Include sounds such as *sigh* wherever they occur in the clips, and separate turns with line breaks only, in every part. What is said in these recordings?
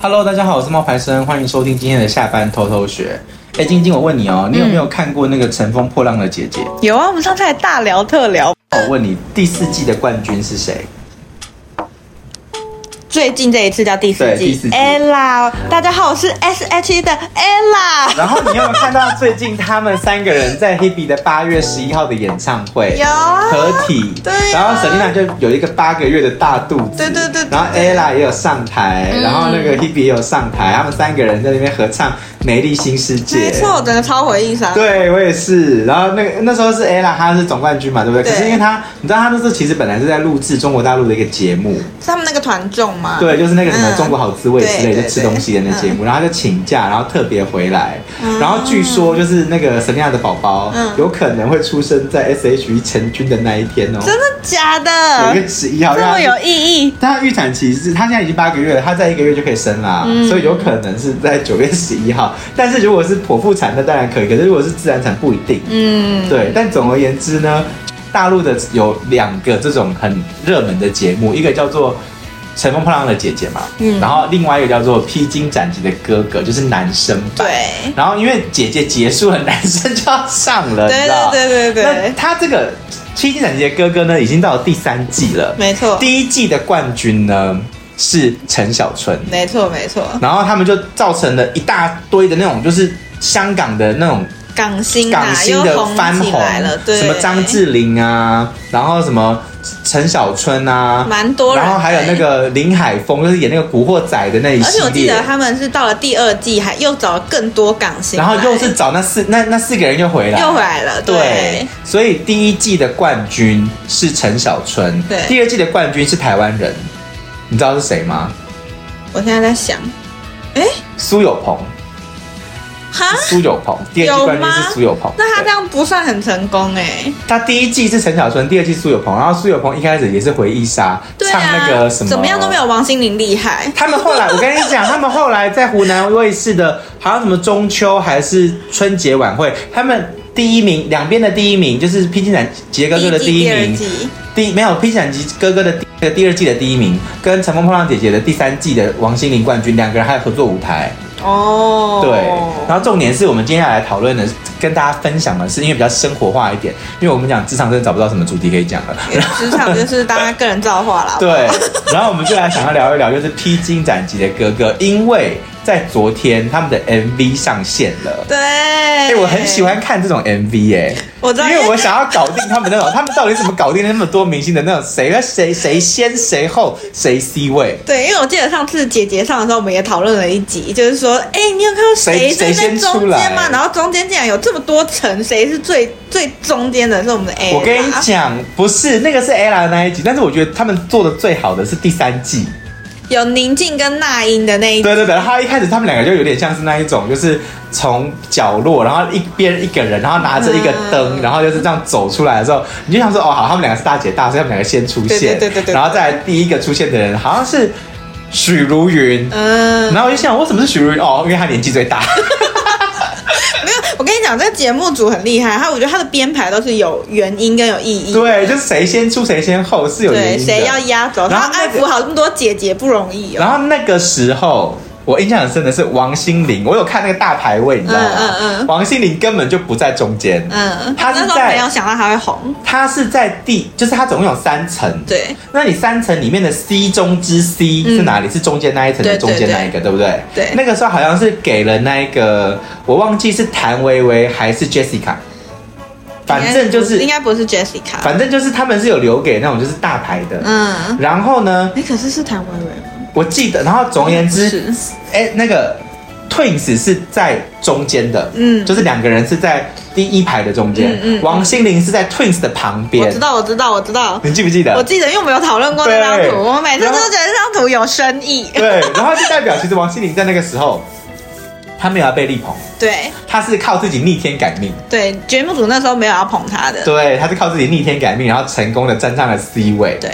Hello，大家好，我是冒牌生，欢迎收听今天的下班偷偷学。哎，晶晶，我问你哦，
嗯
你有没有看过那个《乘风破浪的姐姐》哦
有啊，我们上次还大聊特聊。
我问你，第四季的冠军是谁？
最近这一次叫第四
对第
季
四季
Ella，大家好，我是 S H E 的 Ella。
然后你有没有看到最近他们三个人在 Hebe 的八月十一号的演唱会？
有啊
合体。
对啊
然后 Selina 就有一个八个月的大肚子。
对对对对
然后 Ella 也有上台，
嗯
然后那个 Hebe 也有上台，他们三个人在那边合唱《美丽新世界》。
没错，整个超回忆杀。
对我也是，然后那个那时候是 ella，她是总冠军嘛，对不对？
对
可是因为她，你知道她那时候其实本来是在录制中国大陆的一个节目，
是他们那个团众嘛。
对，就是那个什么
嗯
《中国好滋味》之类，
对对嗯
就吃东西的那节目，然后她就请假，然后特别回来，然后据说就是那个 Selina 的宝宝
嗯
有可能会出生在 SHE 成军的那一天哦，
真的假
九
的
月？十一号，
这
让她
么有意义？
但她预产期是，她现在已经八个月了，她在一个月就可以生啦，
嗯
所以有可能是在九月十一号。但是如果是剖腹产，那当然可以，可是如果是自然产不一定。
嗯，
对，但总而言之呢，大陆的有两个这种很热门的节目，一个叫做《乘风破浪的姐姐》嘛，
嗯
然后另外一个叫做《披荆斩棘的哥哥》，就是男生版。
对，
然后因为姐姐结束了， *laughs* 男生就要上了，你
对
知道
对对对
那
对，
他这个《披荆斩棘的哥哥》呢，已经到了第三季了。
没错，
第一季的冠军呢是陈小春，
没错，没错，
然后他们就造成了一大堆的那种，就是香港的那种
港星
港
啊，
星
又
的
红
翻
起
红
来了，，对，
什么张智霖啊，然后什么陈小春啊，
蛮多人，哎
然后还有那。个林海峰，就是演那个《古惑仔》的那一
而且
系
我记
列
得，他们是到了第二季，还又找了更多港星来，
然后又是找那四那那四个人又回来，
又回来了，
对
对，，
所以第一季的冠军是陈小春，
对
第二季的冠军是台湾人，你知道是谁吗？
我现在在想，哎，
苏有朋，
哈，
苏有朋，第二季
啊有
冠军
吗
是苏有朋，
那他
对
这样不算很成功哎、
他第一季是陈小春，第二季苏有朋，然后苏有朋一开始也是回忆杀，
对
唱那
啊，
个什么，
怎么样都没有王心凌厉害。
他们后来，我跟你
*laughs*
讲，他们后来在湖南卫视的，好像什么中秋还是春节晚会，他们第一名，两边的第一名就是《披荆斩棘哥哥》的第一
第
名，
季第二季
第没有《披荆斩棘哥哥》的第第二季的第一名，跟《乘风破浪姐姐》的第三季的王心凌冠军，两个人还有合作舞台。
哦，
对，然后重点是我们今天要来讨论的，跟大家分享的是，因为比较生活化一点，因为我们讲职场真的找不到什么主题可以讲了。
因为职场就是大家个人造化啦。
对，然后我们就来想要聊一聊，就是披荆斩棘的哥哥，因为在昨天他们的 MV 上线了。
对，
哎、我很喜，欢看这种 MV 哎、
我知道
因为我想要搞定他们那种，他们到底怎么搞定那么多明星的那种，谁谁谁先谁后谁 C 位，
对，因为我记得上次姐姐上的时候，我们也讨论了一集，就是说，哎、你有看到
谁
是
谁
在
先
中
出来
间吗？然后中间竟然有这么多层，谁是最最中间的？是我们的 A。
我跟你讲，不是那个是 ella 的那一集，但是我觉得他们做的最好的是第三季。
有宁静跟那英的那一集，
对对对，他一开始他们两个就有点像是那一种，就是从角落，然后一边一个人，然后拿着一个灯，
嗯
然后就是这样走出来的时候，你就想说哦，好，他们两个是大姐大，所以他们两个先出现，
对对对对对
然后再来第一个出现的人好像是许茹芸，
嗯，
然后我就想为什么是许茹芸？哦，因为她年纪最
*laughs*
大，
没有，我跟你讲，这个节目组很厉害，他我觉得他的编排都是有原因跟有意义。
对，就是谁先出谁先后是有原
对，
因的。
谁要压轴，
然
然
后
后
那
安
个
抚好这么多姐姐不容易哦。
然后那个时候，我印象很深的是王心凌，我有看那个大排位，你知道吗？
嗯嗯嗯
王心凌根本就不在中间，
嗯，
他
他
是
那时候
在
没有想到他会红。
它是在第，就是它总共有三层。
对，
那你三层里面的 C 中之 C
嗯
是哪里？是中间那一层的
对对
中间那一个，对不对？
对
那个时候好像是给了那一个，我忘记是谭维维还是 Jessica，反正就
应
是，
该不是 Jessica。
反正就是他们是有留给那种就是大牌的。
嗯，
然后呢，
哎，可是是谭维维吗？
我记得，然后总而言之，
嗯是
哎，那个 Twins 是在中间的，
嗯
就是两个人是在第一排的中间，
嗯嗯嗯
王心凌是在 Twins 的旁
我
边
知。道，我知道，我知道，
你记不记得？
我记得，因为我们有讨论过那张
啊对
图，我每次
然
都
后
觉得这张图有深意。
*laughs* 对，然后就代表其实王心凌在那个时候，她没有要被力捧，
对
她是靠自己逆天改命，
对，节目组那时候没有要捧他的。
对，她是靠自己逆天改命，然后成功的站上了 C 位。
对，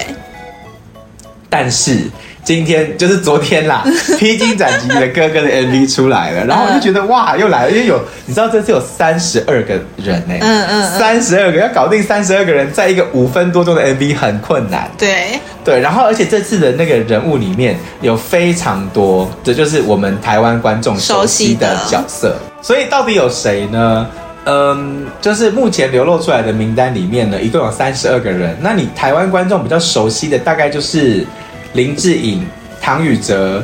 但是今天就是昨天
*laughs*
啦，《披荆斩棘的哥哥》的 MV 出来了，然后我就觉得哇，又来了，因为有你知道这次有三十二个人呢、
嗯嗯嗯
三十二个要搞定三十二个人，在一个五分多钟的 MV 很困难。
对，
对，然后而且这次的那个人物里面有非常多，这就是我们台湾观众熟悉的角色。所以到底有谁呢？嗯，就是目前流露出来的名单里面呢，一共有三十二个人。那你台湾观众比较熟悉的大概就是林志颖、唐禹哲、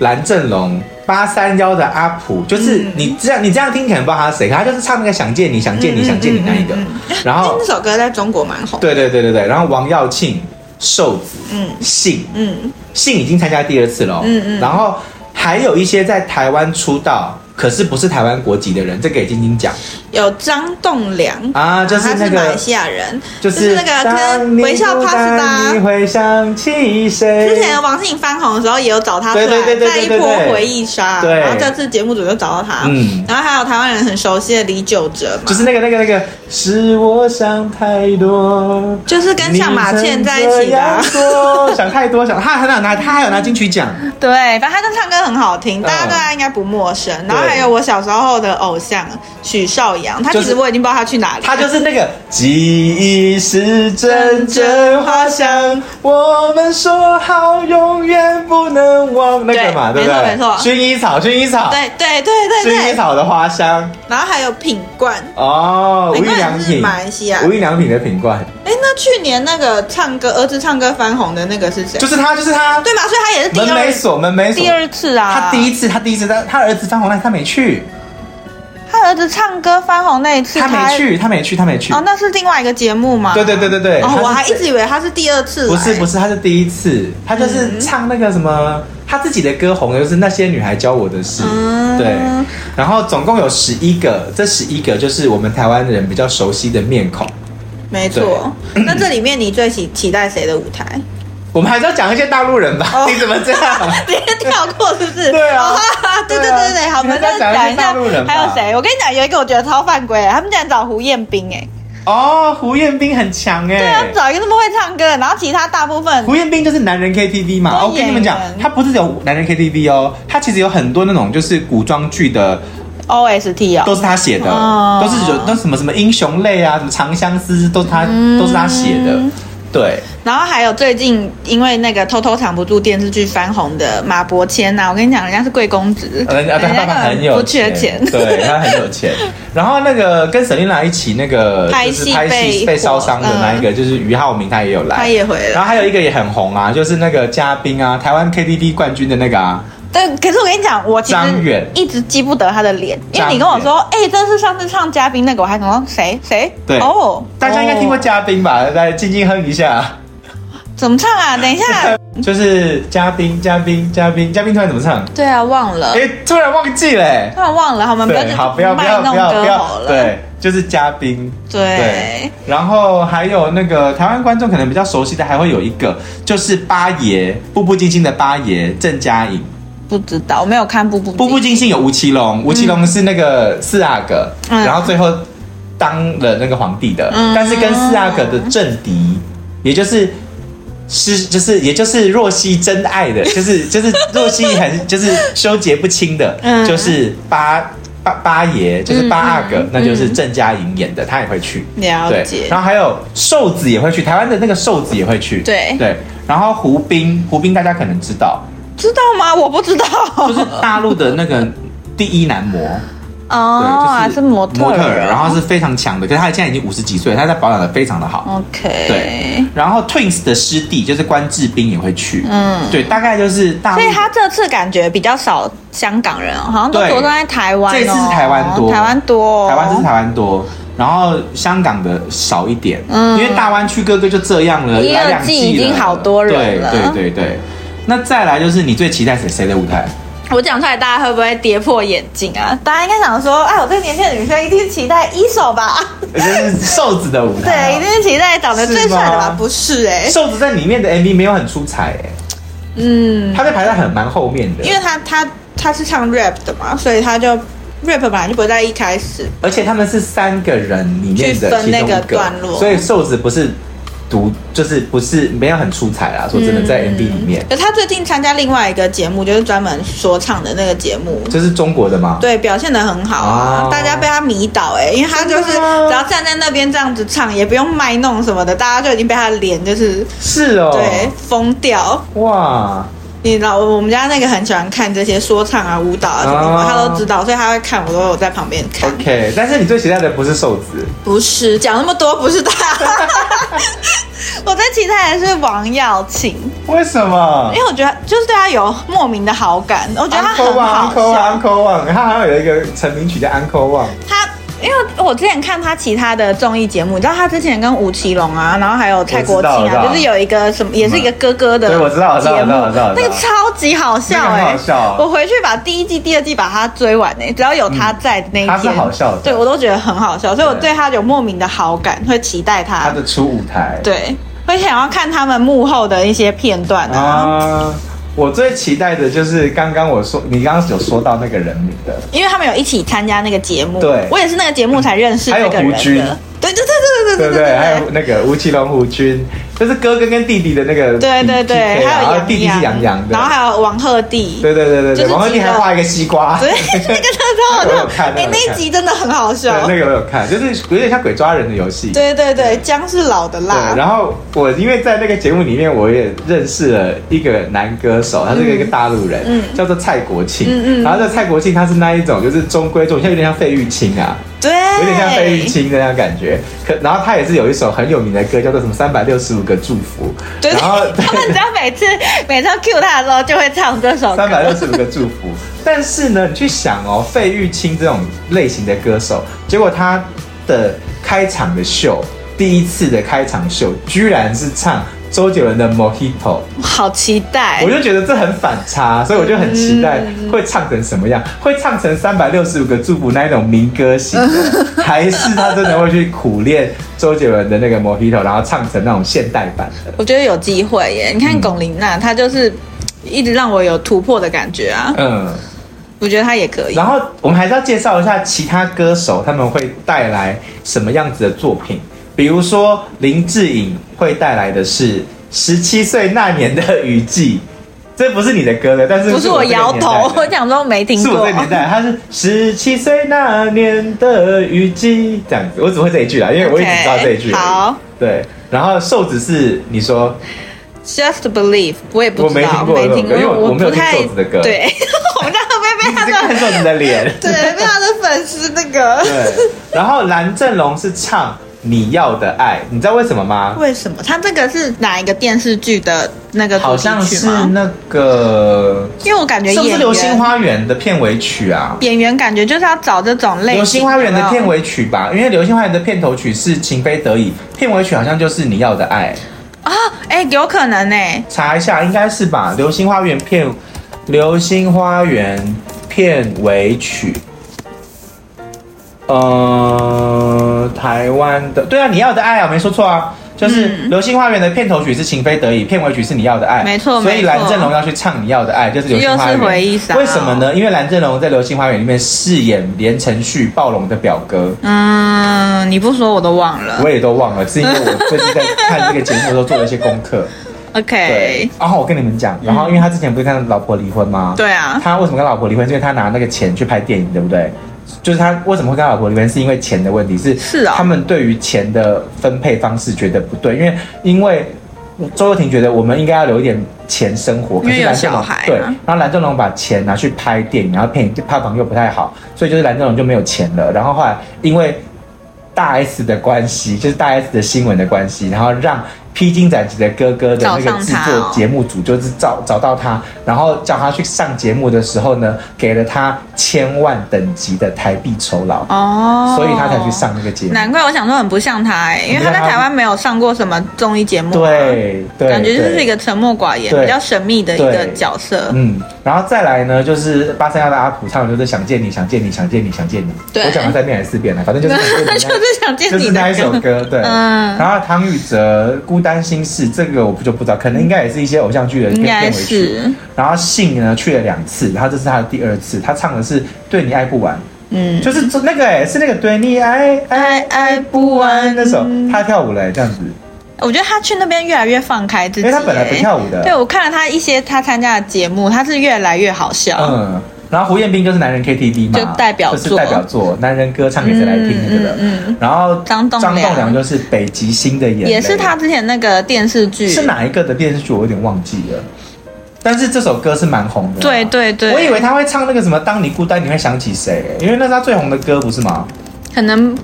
蓝正龙。八三幺的阿普，就是
嗯
你这样，你这样听可能不知道他是谁，可他就是唱那个《想见你，想见你，
嗯
想见你》那一个
嗯嗯。
然后
那，首歌在中国蛮红。，
对对对对对，然后王耀庆、瘦子、
嗯
信，
嗯
信已经参加第二次了、哦
嗯嗯
然后还有一些在台湾出道，可是不是台湾国籍的人，这个也晶晶讲
有张栋梁
啊，就是
他
那
是
个
马来西亚人，
就
就是那个跟微笑帕斯
当你
达。
会想起谁？
之前王信翻红的时候也有找他出
对
来，
哎对对对
在一
对对
波
对
回忆杀，
对
然后这次节目组就找到他，
嗯
然后还有台湾人很熟悉的李玖哲嘛，
就是那个那个那个，是我想太多。
就是跟向马倩在一起的啊、
你曾这样说想太多，想他还有拿他还有拿金曲奖，
对，反正他的唱歌很好听，大家
嗯
对他应该不陌生。然后
对
还有我小时候的偶像许绍洋，他
就
其
是
实我已经不知道他去哪里了，
他就是那个记忆是阵阵花香，我们说好永远不能忘那个嘛，对
对
不对？
没错没错
薰衣草，薰衣草，
对对对
薰
对
衣
对，
草的花香
然后还有品冠，
哦，无
品
印良
冠是
品，
马来西亚。
无印良品的品冠，
哎，那去年那个唱歌儿子唱歌翻红的那个是谁
就？是他，就是他，
对嘛，所以他也是第
门没
二
锁，门没锁
第。二次啊。
他第一次，他第一次，他他儿子翻红，但他没去，
他儿子唱歌翻红那一次，
他没。去，他没去，他没去。
哦，那是另外一个节目嘛？
对对对对对
哦
他，是
我还一直以为他是第二次来。嗯
不是不
是，
是，他是第一次，他就是唱那个什么，他自己的歌红的就是那些女孩教我的事，
嗯
对。然后总共有十一个，这十一个就是我们台湾人比较熟悉的面孔。
没错。那这里面你最期期待谁的舞台？
我们还是要讲一些大陆人吧？
哦
你怎么这
*laughs*
样？
直接跳过是不是？
对啊
哦哈哈对对对对，好，我
你还
们
在讲
再
一
讲
些
一
大
下
陆人吧
还有谁？我跟你讲，有一个我觉得超犯规，他们竟然找胡彦斌哎，
哦，胡彦斌很强哎、
对啊，找一个那么会唱歌的，然后其他大部分
胡彦斌就是男人 KTV 嘛，
对
哦我跟你们讲
演，员
他不是只有男人 KTV 哦，他其实有很多那种就是古装剧的
OST
都
哦，
是他写的，
哦
都是有那什么什么英雄泪啊，什么长相思都是他、
嗯
都是他写的，对。
然后还有最近因为那个偷偷藏不住电视剧翻红的马伯骞啊呐，我跟你讲，人家是贵公子，
人呃啊家他爸爸很
根
有
本不缺钱，
对他很有钱。然后那个跟沈丽娜一起那个
拍
就是
戏
拍戏
被嗯
被烧伤的那一个，就是俞灏明，他也有
他
来。
也回
然
了。
后还有一个也很红啊，就是那个嘉宾啊，台湾 KTV 冠军的那个啊，
但可是我跟你讲，我其
张远
实一直记不得他的脸，因为
张
你跟我
远
说，哎，这是上次唱嘉宾那个，我还想说谁谁
对
哦，
大家应该听过
哦
嘉宾吧？来静静哼一下，
怎么唱啊？等一下，
就是嘉宾嘉宾嘉宾嘉宾突然怎么唱？
*laughs* 对啊，忘了，
哎，突然忘记了欸。
突然忘了，好吗？
对，好，不要不
卖
要
弄
不要不
歌
要
喉，了。
对，就是嘉宾。对
对，
然后还有那个台湾观众可能比较熟悉的，还会有一个就是八爷，步步惊心的八爷郑嘉颖。
不知道，我没有看《步步
步步惊心有吴奇隆，吴奇隆是那个四阿哥，
嗯
然后最后当了那个皇帝的，
嗯
但是跟四阿哥的政敌，也就是。是，就是，也就是若曦真爱的，就是就是若曦
*laughs*
很就是纠结不清的，
嗯
就是八八八爷，就是八阿哥，
嗯嗯
那就是郑嘉颖演的，他也会去。
了
对，
解
然，后还有瘦子也会去，台湾的那个瘦子也会去。
对
对，然后胡兵，胡兵大家可能知道，
知道吗？我不知道，
就是大陆的那个第一男模，
*laughs* 哦，还
对，就是
模特
模特儿，然后是非常强的，可是他现在已经五十几岁，他在保养的非常的好。对
OK，，
然后 Twins 的师弟就是关智斌也会去，
嗯
对，大概就是大陆
所以他这次感觉比较少香港人哦，好像都
对
着重在台湾哦。
这次是台湾多
台湾多哦，
台湾是台湾多，然后香港的少一点，
嗯
因为大湾区哥哥就这样了，
第二
来两季
季已经
了
好多人了
对对对对。那再来就是你最期待谁谁的舞台？
我讲出来，大家会不会跌破眼镜啊？大家应该想说，哎，我这个年轻的女生一定期待一手吧？
就是瘦子的舞
*laughs* 对，
台
一
啊、
定是期待长得最帅的
是
吧
吗？
不是哎、
瘦子在里面的 MV 没有很出彩、欸，
嗯。
他被排在很蛮后面的。
因为他他他是唱 rap 的嘛，所以他就 rap 本来就不在一开始。
而且他们是三个人里面的
去分
其中一
那个段落
所以瘦子不是独，就是不是没有很出彩啊啦。说真
嗯
的，在 MV 里面，
可他最近参加另外一个节目，就是专门说唱的那个节目，
这是中国的吗？
对，表现的很好啊，
哦
大家被他迷倒哎、因为他就是
真的吗
只要站在那边这样子唱，也不用卖弄什么的，大家就已经被他的脸就是
是哦，
对疯掉。
哇，
你知道我们家那个很喜欢看这些说唱啊、舞蹈啊什么的，
哦
他都知道，所以他会看，我都有在旁边看。
OK，但是你最期待的不是瘦子，
不是讲那么多，不是他，
*laughs*
我最期待的是王耀庆，
为什么
因？为我觉得就是对他有莫名的好感，我觉得他
Uncle
很
Wang Uncle
好
啊
笑啊
Wang。Uncle Wang，他好像有一个成名曲叫 Uncle Wang，
他因为我之前看他其他的综艺节目，你知道他之前跟吴奇隆啊，然后还有蔡国庆
我知道我
啊，
知道
就是有一个什么，也是一个哥哥的节
对
目，
我知道我知道我知道我知道我知
那
道
个超级好笑
那个很
哎、
好笑
我回去把第一季、第二季把它追完哎、只要有他在的那一天，
嗯他是好笑的
对我都觉得很好笑，所以我
对
对他有莫名的好感，会期待
他的初舞台。
对，会想要看他们幕后的一些片段啊，
啊，我最期待的就是刚刚我说，你刚刚有说到那个人名
*laughs*
的，
因为他们有一起参加那个节目，
对嗯
我也是那个节目才认识
还有
那个人
胡军
的，对对
对
对对对对
不
对
对？还有那个吴奇隆、胡军，就是哥哥跟弟弟的那个
对对
PK
对，
啊
还有
然后弟弟是
杨
杨洋的，
然后还有王鹤棣，
对对对对
就
对，
是
王鹤
几
棣
个
还画一个西瓜，
对，那个
*laughs* 我
真的很
有
好笑
看，那
你
个
那一集真的很好
对
笑，
那个我有看，就是有点像鬼抓人的游戏。
对对对，姜是老的
对
辣，
然后我因为在那个节目里面，我也认识了一个男歌手，他是一个大陆人，
嗯
叫做蔡国庆。
嗯嗯
然后这蔡国庆他是那一种，就是中规中矩，像有点像费玉清啊，
对，
有点像费玉清的那种感觉。可然后他也是有一首很有名的歌，叫做什么《三百六十五个祝福》，
对，
然后 *laughs*
*laughs* 他们只要每次每次 Q 他的时候，就会唱这首歌
三。百六十五个祝福。但是呢，你去想哦，费玉清这种类型的歌手，结果他的开场的秀，第一次的开场秀，居然是唱周杰伦的《Mojito》。
好期待
我！就觉得这很反
哎
差，所以我就很期待
嗯
会唱成什么样，会唱成三百六十五个祝福那一种民歌型
*laughs*
的，还是他真的会去苦练周杰伦的那个 Mojito，然后唱成那种现代版的？
我觉得有机会耶！你看
嗯
龚琳娜，她就是一直让我有突破的感觉啊，
嗯，
我觉得她也可以。
然后我们还是要介绍一下其他歌手他们会带来什么样子的作品，比如说林志颖会带来的是《十七岁那年的雨季》，这不是你的歌了，但是
不是我
这个
摇
年代
头
的，
我想说没听
是我
过
这。年代，他是十七岁那年的雨季这样子，我只会这一句啦，因为我一直知道这一句。
OK，好，
对。然后瘦子是你说
Just Believe，我也不知道，
我没听过因
听
为我我没有
不
听
太
瘦子的歌
对， *laughs* 我们家会不会
你
被
只
他
是看
的
瘦子的
*laughs*
脸，
对被他的粉丝那个？
对。然后蓝正龙是唱你要的爱，你知道为什么吗？
为什么他这个是哪一个电视剧的那个
好
主题
像
曲
是
吗？
那个
因为我感觉
是不是《
哦演
流星
员
花园》的片尾曲啊？
演员感觉就是要找这种
《
类型。
流星花园》的
有没有
片尾曲吧，因为《流星花园》的片头曲是《情非得已》，片尾曲好像就是你要的爱。
啊，哎，有可能哎，
查一下，应该是吧？《流星花园》片，《流星花园》片尾曲，呃，台湾的，对啊，你要的爱啊，没说错啊，就是《流星花园》的片头曲是《情非得已》，片尾曲是你要的爱，
嗯没错
所以
没错
蓝正龙要去唱你要的爱，就是《流星花园
又》是回忆杀哦
为什么呢？因为蓝正龙在《流星花园》里面饰演连城旭暴龙的表哥。
嗯，你不说我都忘了
我。也都忘了，是因为我最近在看这个节目的时候做了一些功课。对
OK，，
然后我跟你们讲，然后因为他之前不是跟他老婆离婚吗？
对啊，
他为什么跟老婆离婚？是因为他拿那个钱去拍电影，对不对？就是他为什么会跟他老婆离婚，是因为钱的问题，是
是啊
他们对于钱的分配方式觉得不对，因为因为周幼婷觉得我们应该要留一点钱生活，可
因为
是
有
蓝正龙
小孩啊
对，然后蓝正龙把钱拿去拍电影，然后片票房又不太好，所以就是蓝正龙就没有钱了。然后后来因为大 S 的关系，就是大 S 的新闻的关系，然后让披荆斩棘的哥哥的那
找
个
上
制
他
作
哦
节目组就是找找到他，然后叫他去上节目的时候呢，给了他千万等级的台币酬劳，
哦，
所以他才去。上那个节目。
难怪我想说很不像他哎、因为他在台湾没有上过什么综艺节目、啊，，
对对，
感觉就是
对
一个沉默寡言、
对
比较神秘的一个
对
角色。
嗯，然后再来呢，就是八三幺的阿普唱的就是想见你，想见你，想见你，想见你。
对
我讲了三遍还是四遍了，反正就是想见你
*laughs*
啊
就是想见
就是
你
那
的
一首
歌，
歌，对。
嗯
然后唐禹哲《孤单心事》这个我不就不知道，可能应该也是一些偶像剧的片
*laughs* 应该
片尾曲。
是，
然后信呢去了两次，然后这是他的第二次，他唱的是《对你爱不完》，
嗯，
就是那个哎、是那个对你爱爱
爱爱
不完那首，他跳舞了、哎这样子。
我觉得他去那边越来越放开自
因
己、
为他本来不跳舞的
欸对，我看了他一些他参加的节目，他是越来越好笑。
嗯，然后胡彦斌就是男人 KTV 嘛，
就代表作
就是代表作，男人歌唱给谁来听
嗯
那个的。
嗯嗯
然后
张栋
张
梁
栋梁就是北极星的眼泪，
也是他之前那个电视剧，
是哪一个的电视剧我有点忘记了，但是这首歌是蛮红的。啊
对。对对，
我以为他会唱那个什么“当你孤单你会想起谁”，因为那是他最红的歌，不是吗？
可能，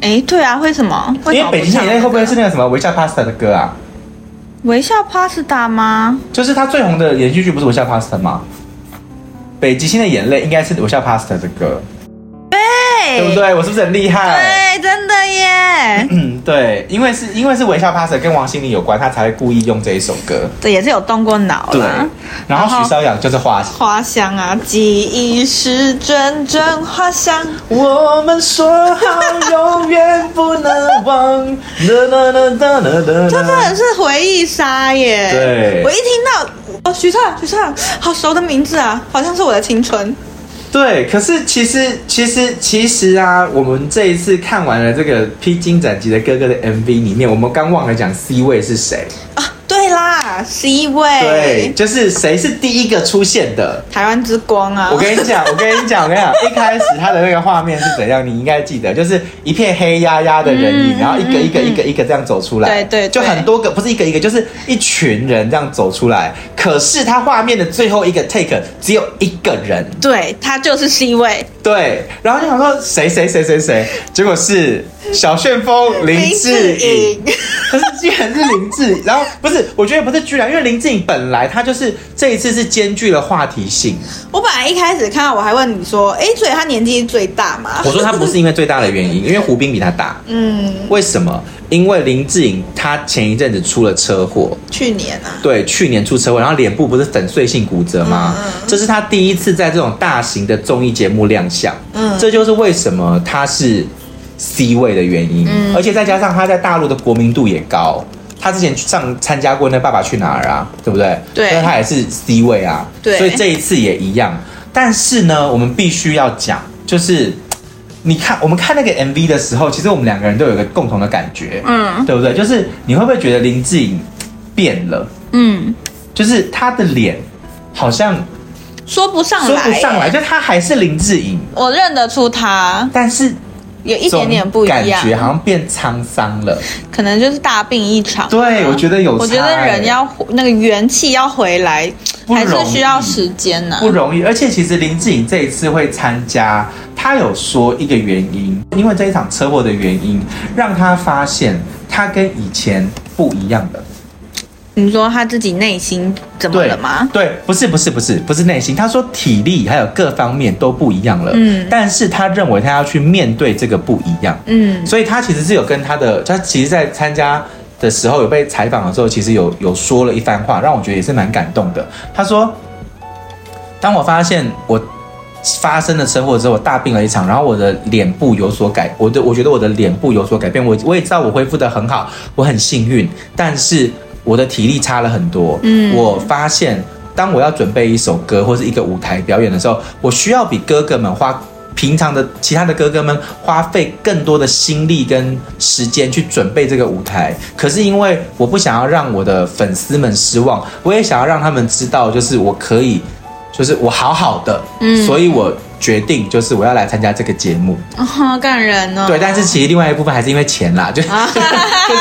哎，对啊，为什么？
因为北京
唱
眼泪会不会是那个什么《微笑 Pasta》的歌啊？
微笑 Pasta 吗？
就是他最红的连续剧不是《微笑 Pasta》吗？北极星的眼泪应该是《微笑 Pasta》的歌，
对
对不？对？我是不是很厉害？
对，真的耶，
嗯， *clears throat* 对，因为是因为是《微笑 Pasta》跟王心凌有关，他才会故意用这一首歌。
这也是有动过脑
对
啦。，
然后许绍洋就是花心。
花香啊，记忆是阵阵花香。
我们说好永远不能忘，哒哒哒哒哒
这真
哒。
的是回忆杀耶！
啊对
我一听到哦，许畅，许畅，好熟的名字啊，好像是我的青春。
对，可是其实其实其实啊，我们这一次看完了这个《披荆斩棘的哥哥》的 MV 里面，我们刚忘了讲 C 位是谁。
啊对啦，C
对，
位，
就是谁是第一个出现的。
台湾之光啊！
我跟你讲，我跟你讲，我跟你讲，一开始他的那个画面是怎样，你应该记得，就是一片黑压压的人影，
嗯
然后一个一个一个一个这样走出来，
对对对
就很多个，不是一个一个，就是一群人这样走出来。可是他画面的最后一个 take 只有一个人，
对他就是 C 位，
对，然后就想说谁谁谁谁谁，结果是小旋风林志颖。
林志颖
可是居然是林志，然后不是，我觉得不是居然，因为林志颖本来他就是这一次是兼具了话题性。
我本来一开始看到我还问你说，哎，所以他年纪最大
*laughs*
嘛？
我说他不是因为最大的原因，因为胡兵比他大。
嗯，
为什么？因为林志颖他前一阵子出了车祸，
去年啊，
对，去年出车祸，然后脸部不是粉碎性骨折吗？
嗯
这是他第一次在这种大型的综艺节目亮相，
嗯
这就是为什么他是 C 位的原因，
嗯
而且再加上他在大陆的国民度也高。他之前上参加过那《爸爸去哪儿》啊，对不对？
对
所以他也是 C 位啊，
对
所以这一次也一样。但是呢，我们必须要讲，就是你看我们看那个 MV 的时候，其实我们两个人都有一个共同的感觉，
嗯
对不对？就是你会不会觉得林志颖变了？
嗯，
就是他的脸好像
说不上
说
来，欸
不上来，就他还是林志颖，
我认得出他，
但是
有一点点不一
总感觉好
样，嗯
像变沧桑了。
可能就是大病一场啊。
对我觉得有差哎
我觉得人要回那个元气要回来，
不
还是
容易
需要时间啊呢、
不容易，而且其实林志颖这一次会参加，他有说一个原因，因为这一场车祸的原因，让他发现他跟以前不一样了。
你说他自己内心怎么
对
了吗？
对，不是不是不是不是内心，他说体力还有各方面都不一样了。
嗯
但是他认为他要去面对这个不一样。
嗯，
所以他其实是有跟他的，他其实，在参加的时候有被采访的时候，其实有有说了一番话，让我觉得也是蛮感动的。他说：“当我发现我发生了车祸之后，我大病了一场，然后我的脸部有所改，我的我觉得我的脸部有所改变，我我也知道我恢复的很好，我很幸运，但是我的体力差了很多。
嗯
我发现当我要准备一首歌或是一个舞台表演的时候，我需要比哥哥们花。平常的其他的哥哥们花费更多的心力跟时间去准备这个舞台，可是因为我不想要让我的粉丝们失望，我也想要让他们知道，就是我可以就是我好好的，
嗯
所以我决定就是我要来参加这个节目。
哦好感人哦。
对，但是其实另外一部分还是因为钱啦，就
*laughs*
就是 *laughs* 就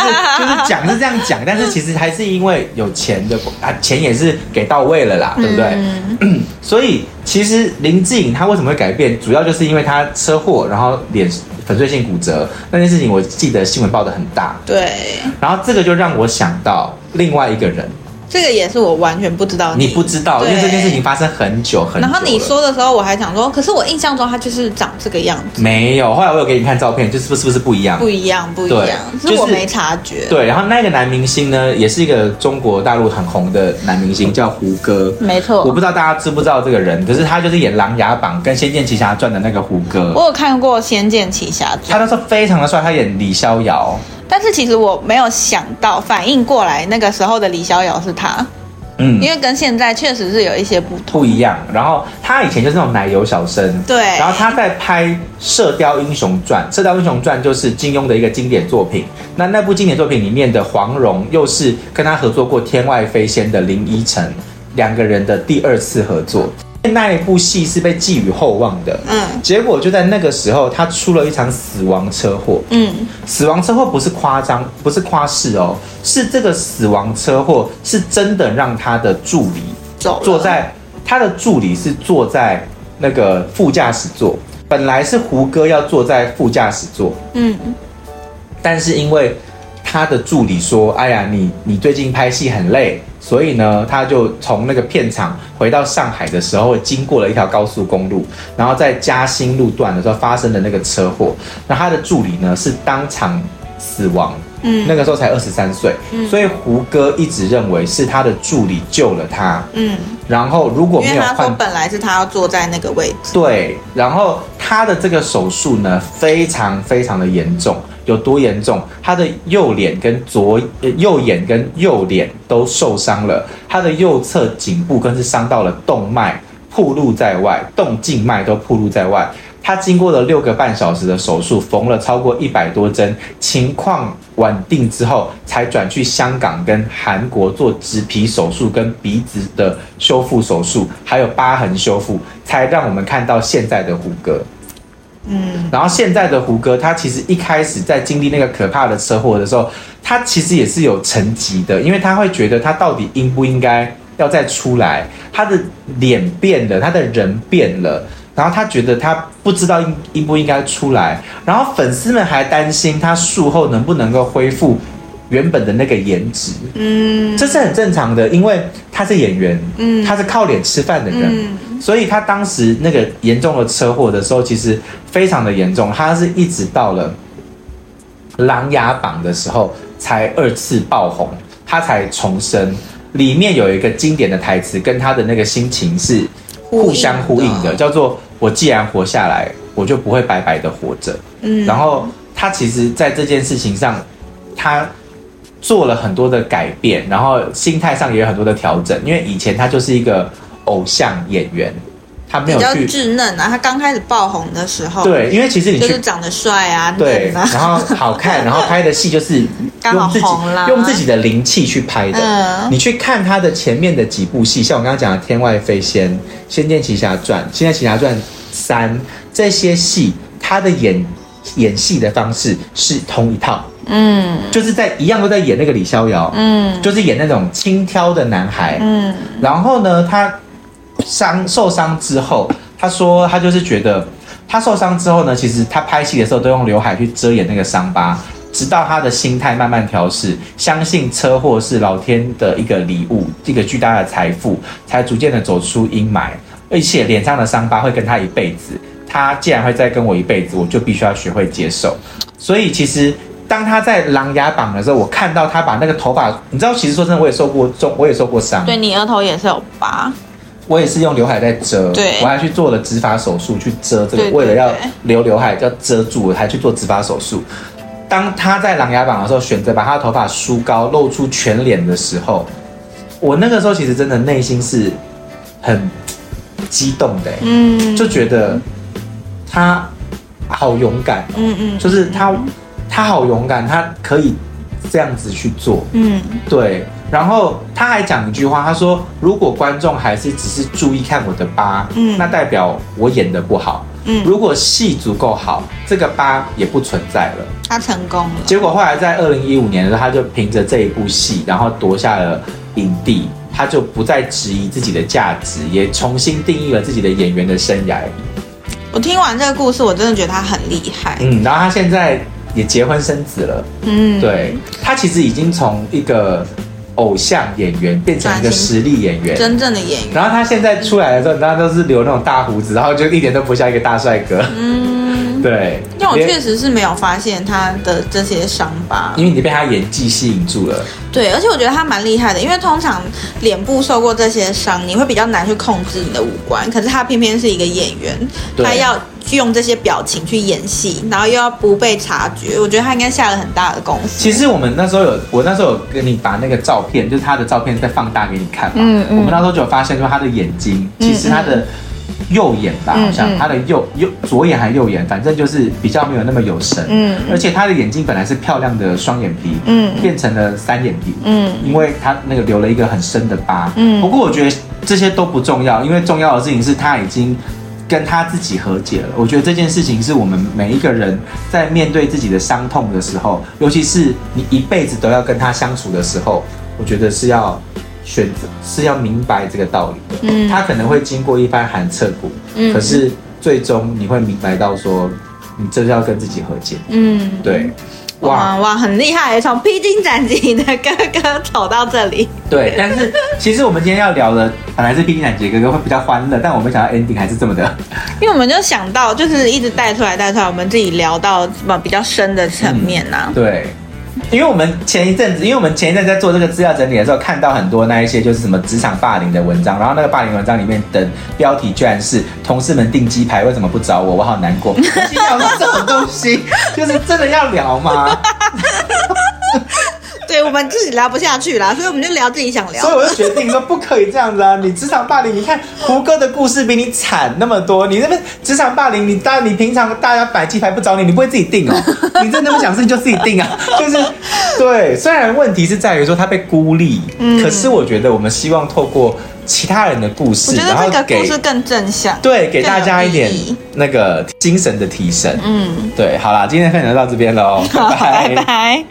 是讲是这样讲，但是其实还是因为有钱的啊，钱也是给到位了啦，对不对？ *clears throat*
嗯
所以其实林志颖他为什么会改变，主要就是因为他车祸，然后脸粉碎性骨折那件事情，我记得新闻报的很大，
对，
然后这个就让我想到另外一个人，
这个也是我完全不知道
你不知道，因为
哦对
这件事情发生很久很久了。
然后你说的时候，我还想说，可是我印象中他就是长这个样子，
没有，后来我有给你看照片，就是不是不是不一样？
不一样，不一样，
对
是我
就是
没察觉。
对，然后那个男明星呢，也是一个中国大陆很红的男明星，叫胡歌。
没错
我不知道大家知不知道这个人，可是他就是演《琅琊榜》跟《仙剑奇侠传》的那个胡歌。
我有看过《仙剑奇侠传
他》，那时候非常的帅，他演李逍遥。
但是其实我没有想到，反应过来那个时候的李逍遥是他。
嗯
因为跟现在确实是有一些不同。
不一样。然后他以前就是那种奶油小生，
对
然后他在拍《射雕英雄传》，《射雕英雄传》就是金庸的一个经典作品。那那部经典作品里面的黄蓉，又是跟他合作过《天外飞仙》的林依晨，两个人的第二次合作。那一部戏是被寄予厚望的，
嗯
结果就在那个时候，他出了一场死亡车祸。
嗯，
死亡车祸不是夸张，不是夸饰哦，是这个死亡车祸是真的让他的助理
走了
坐在他的助理是坐在那个副驾驶座，本来是胡歌要坐在副驾驶座，
嗯
但是因为他的助理说：“哎呀，你你最近拍戏很累，所以呢，他就从那个片场回到上海的时候，经过了一条高速公路，然后在嘉兴路段的时候发生了那个车祸。那他的助理呢是当场死亡，
嗯
那个时候才二十三岁，所以胡歌一直认为是他的助理救了他。
嗯，
然后如果
因
没
为
有
他说
换
本来是他要坐在那个位置，
对，然后他的这个手术呢，非常非常的严重，有多严重？他的右脸跟左呃右眼跟右脸都受伤了，他的右侧颈部更是伤到了动脉，暴露在外，动静脉都暴露在外。他经过了六个半小时的手术，缝了超过一百多针，情况稳定之后，才转去香港跟韩国做植皮手术、跟鼻子的修复手术，还有疤痕修复，才让我们看到现在的胡歌。
嗯，
然后现在的胡歌，他其实一开始在经历那个可怕的车祸的时候，他其实也是有沉寂的，因为他会觉得他到底应不应该要再出来，他的脸变了，他的人变了。然后他觉得他不知道应应不应该出来，然后粉丝们还担心他术后能不能够恢复原本的那个颜值，
嗯
这是很正常的，因为他是演员，
嗯
他是靠脸吃饭的人，
嗯
所以他当时那个严重的车祸的时候，其实非常的严重，他是一直到了《琅琊榜》的时候才二次爆红，他才重生。里面有一个经典的台词，跟他的那个心情是互相呼应
呼应
的，
的
叫做“我既然活下来，我就不会白白的活着”。
嗯，
然后他其实，在这件事情上，他做了很多的改变，然后心态上也有很多的调整。因为以前他就是一个偶像演员，他没
比
有
较
去
稚嫩啊，他刚开始爆红的时候，，
对，因为其实你
就
去
是长得帅啊，
对，
嫩啊
然后好看，然后拍的戏就是
刚好
用自己
红啦
用自己的灵气去拍的。
嗯
你去看他的前面的几部戏，像我刚刚讲的《天外飞仙》《仙剑奇侠传》《仙剑奇侠传三》这些戏，他的演演戏的方式是同一套，
嗯
就是在一样都在演那个李逍遥，
嗯
就是演那种轻佻的男孩，
嗯
然后呢，他伤受伤之后，他说他就是觉得他受伤之后呢，其实他拍戏的时候都用刘海去遮掩那个伤疤，直到他的心态慢慢调试，相信车祸是老天的一个礼物，一个巨大的财富，才逐渐的走出阴霾，而且脸上的伤疤会跟他一辈子。他既然会再跟我一辈子，我就必须要学会接受。所以其实当他在《琅琊榜》的时候，我看到他把那个头发，你知道，其实说真的，我也受过重，我也受过伤。
*laughs* 对你额头也是有疤，
我也是用刘海在遮，
对
我还去做了植发手术去遮这个，
对对
为了要
对
留刘海要遮住，我还去做植发手术。当他在《琅琊榜》的时候，选择把他的头发梳高，露出全脸的时候，我那个时候其实真的内心是很激动的、
嗯，
就觉得他好勇敢哦、
嗯嗯，
就是他他好勇敢，他可以这样子去做，
嗯
对，然后他还讲一句话，他说：“如果观众还是只是注意看我的疤，
嗯
那代表我演的不好。
嗯，
如果戏足够好，这个疤也不存在了。”
他成功了，
结果后来在二零一五年的时候，他就凭着这一部戏，然后夺下了影帝，他就不再质疑自己的价值，也重新定义了自己的演员的生涯。
我听完这个故事，我真的觉得他很厉害，
嗯，然后他现在也结婚生子了。
嗯，，
对他其实已经从一个偶像演员变成一个
转型
实力演员，
真正的演员，
然后他现在出来的时候，你知道都是留那种大胡子，然后就一点都不像一个大帅哥。
嗯，
对，
因为我
连
确实是没有发现他的这些伤疤，
因为你被他演技吸引住了，
对，而且我觉得他蛮厉害的，因为通常脸部受过这些伤，你会比较难去控制你的五官，可是他偏偏是一个演员，
对
他要用这些表情去演戏，然后又要不被察觉，我觉得他应该下了很大的功夫。
其实我们那时候有，我那时候有跟你把那个照片，就是他的照片再放大给你看嘛。
嗯嗯
我们那时候就有发现说他的眼睛，其实他的右眼吧，
嗯
好像
嗯
他的右右左眼还是右眼，反正就是比较没有那么有神。
嗯
而且他的眼睛本来是漂亮的双眼皮，
嗯
变成了三眼皮，
嗯
因为他那个留了一个很深的疤。
嗯
不过我觉得这些都不重要，因为重要的事情是他已经。跟他自己和解了，我觉得这件事情是我们每一个人在面对自己的伤痛的时候，尤其是你一辈子都要跟他相处的时候，我觉得是要选择，是要明白这个道理的。
嗯
他可能会经过一番寒彻骨，
嗯
可是最终你会明白到说，你这是要跟自己和解。
嗯，
对，哇，
哇哇，很厉害，从披荆斩棘的哥哥走到这里。
对，但是其实我们今天要聊的本来是冰展杰哥哥会比较欢乐，但我没想到 ending 还是这么的，
因为我们就想到，就是一直带出来带出来，我们自己聊到什么比较深的
嗯
层面啊呐、
对。因为我们前一阵子，因为我们前一阵在做这个资料整理的时候，看到很多那一些就是什么职场霸凌的文章，然后那个霸凌文章里面的标题居然是“同事们订鸡排为什么不找我，我好难
*laughs*
过”，我心想说这种东西就是真的要聊吗？
对我们自己聊不下去啦，所以我们就聊自己想聊
所以。我就决定说不可以这样子
*laughs*
啊！你职场霸凌，你看胡歌的故事比你惨那么多，你那边职场霸凌，你大你平常大家摆鸡排不找你，你不会自己
*laughs*
定哦，你真的那么想吃你就自己定啊！就是对，虽然问题是在于说他被孤立，
嗯
可是我觉得我们希望透过其他人的故
我
事，
觉
然
得
后
这个
给
故事更正向。 *laughs*
对给大家一点
更有意义
那个精神的提升。
嗯， *laughs*
对，好啦，今天分享就到这边喽，
好，拜拜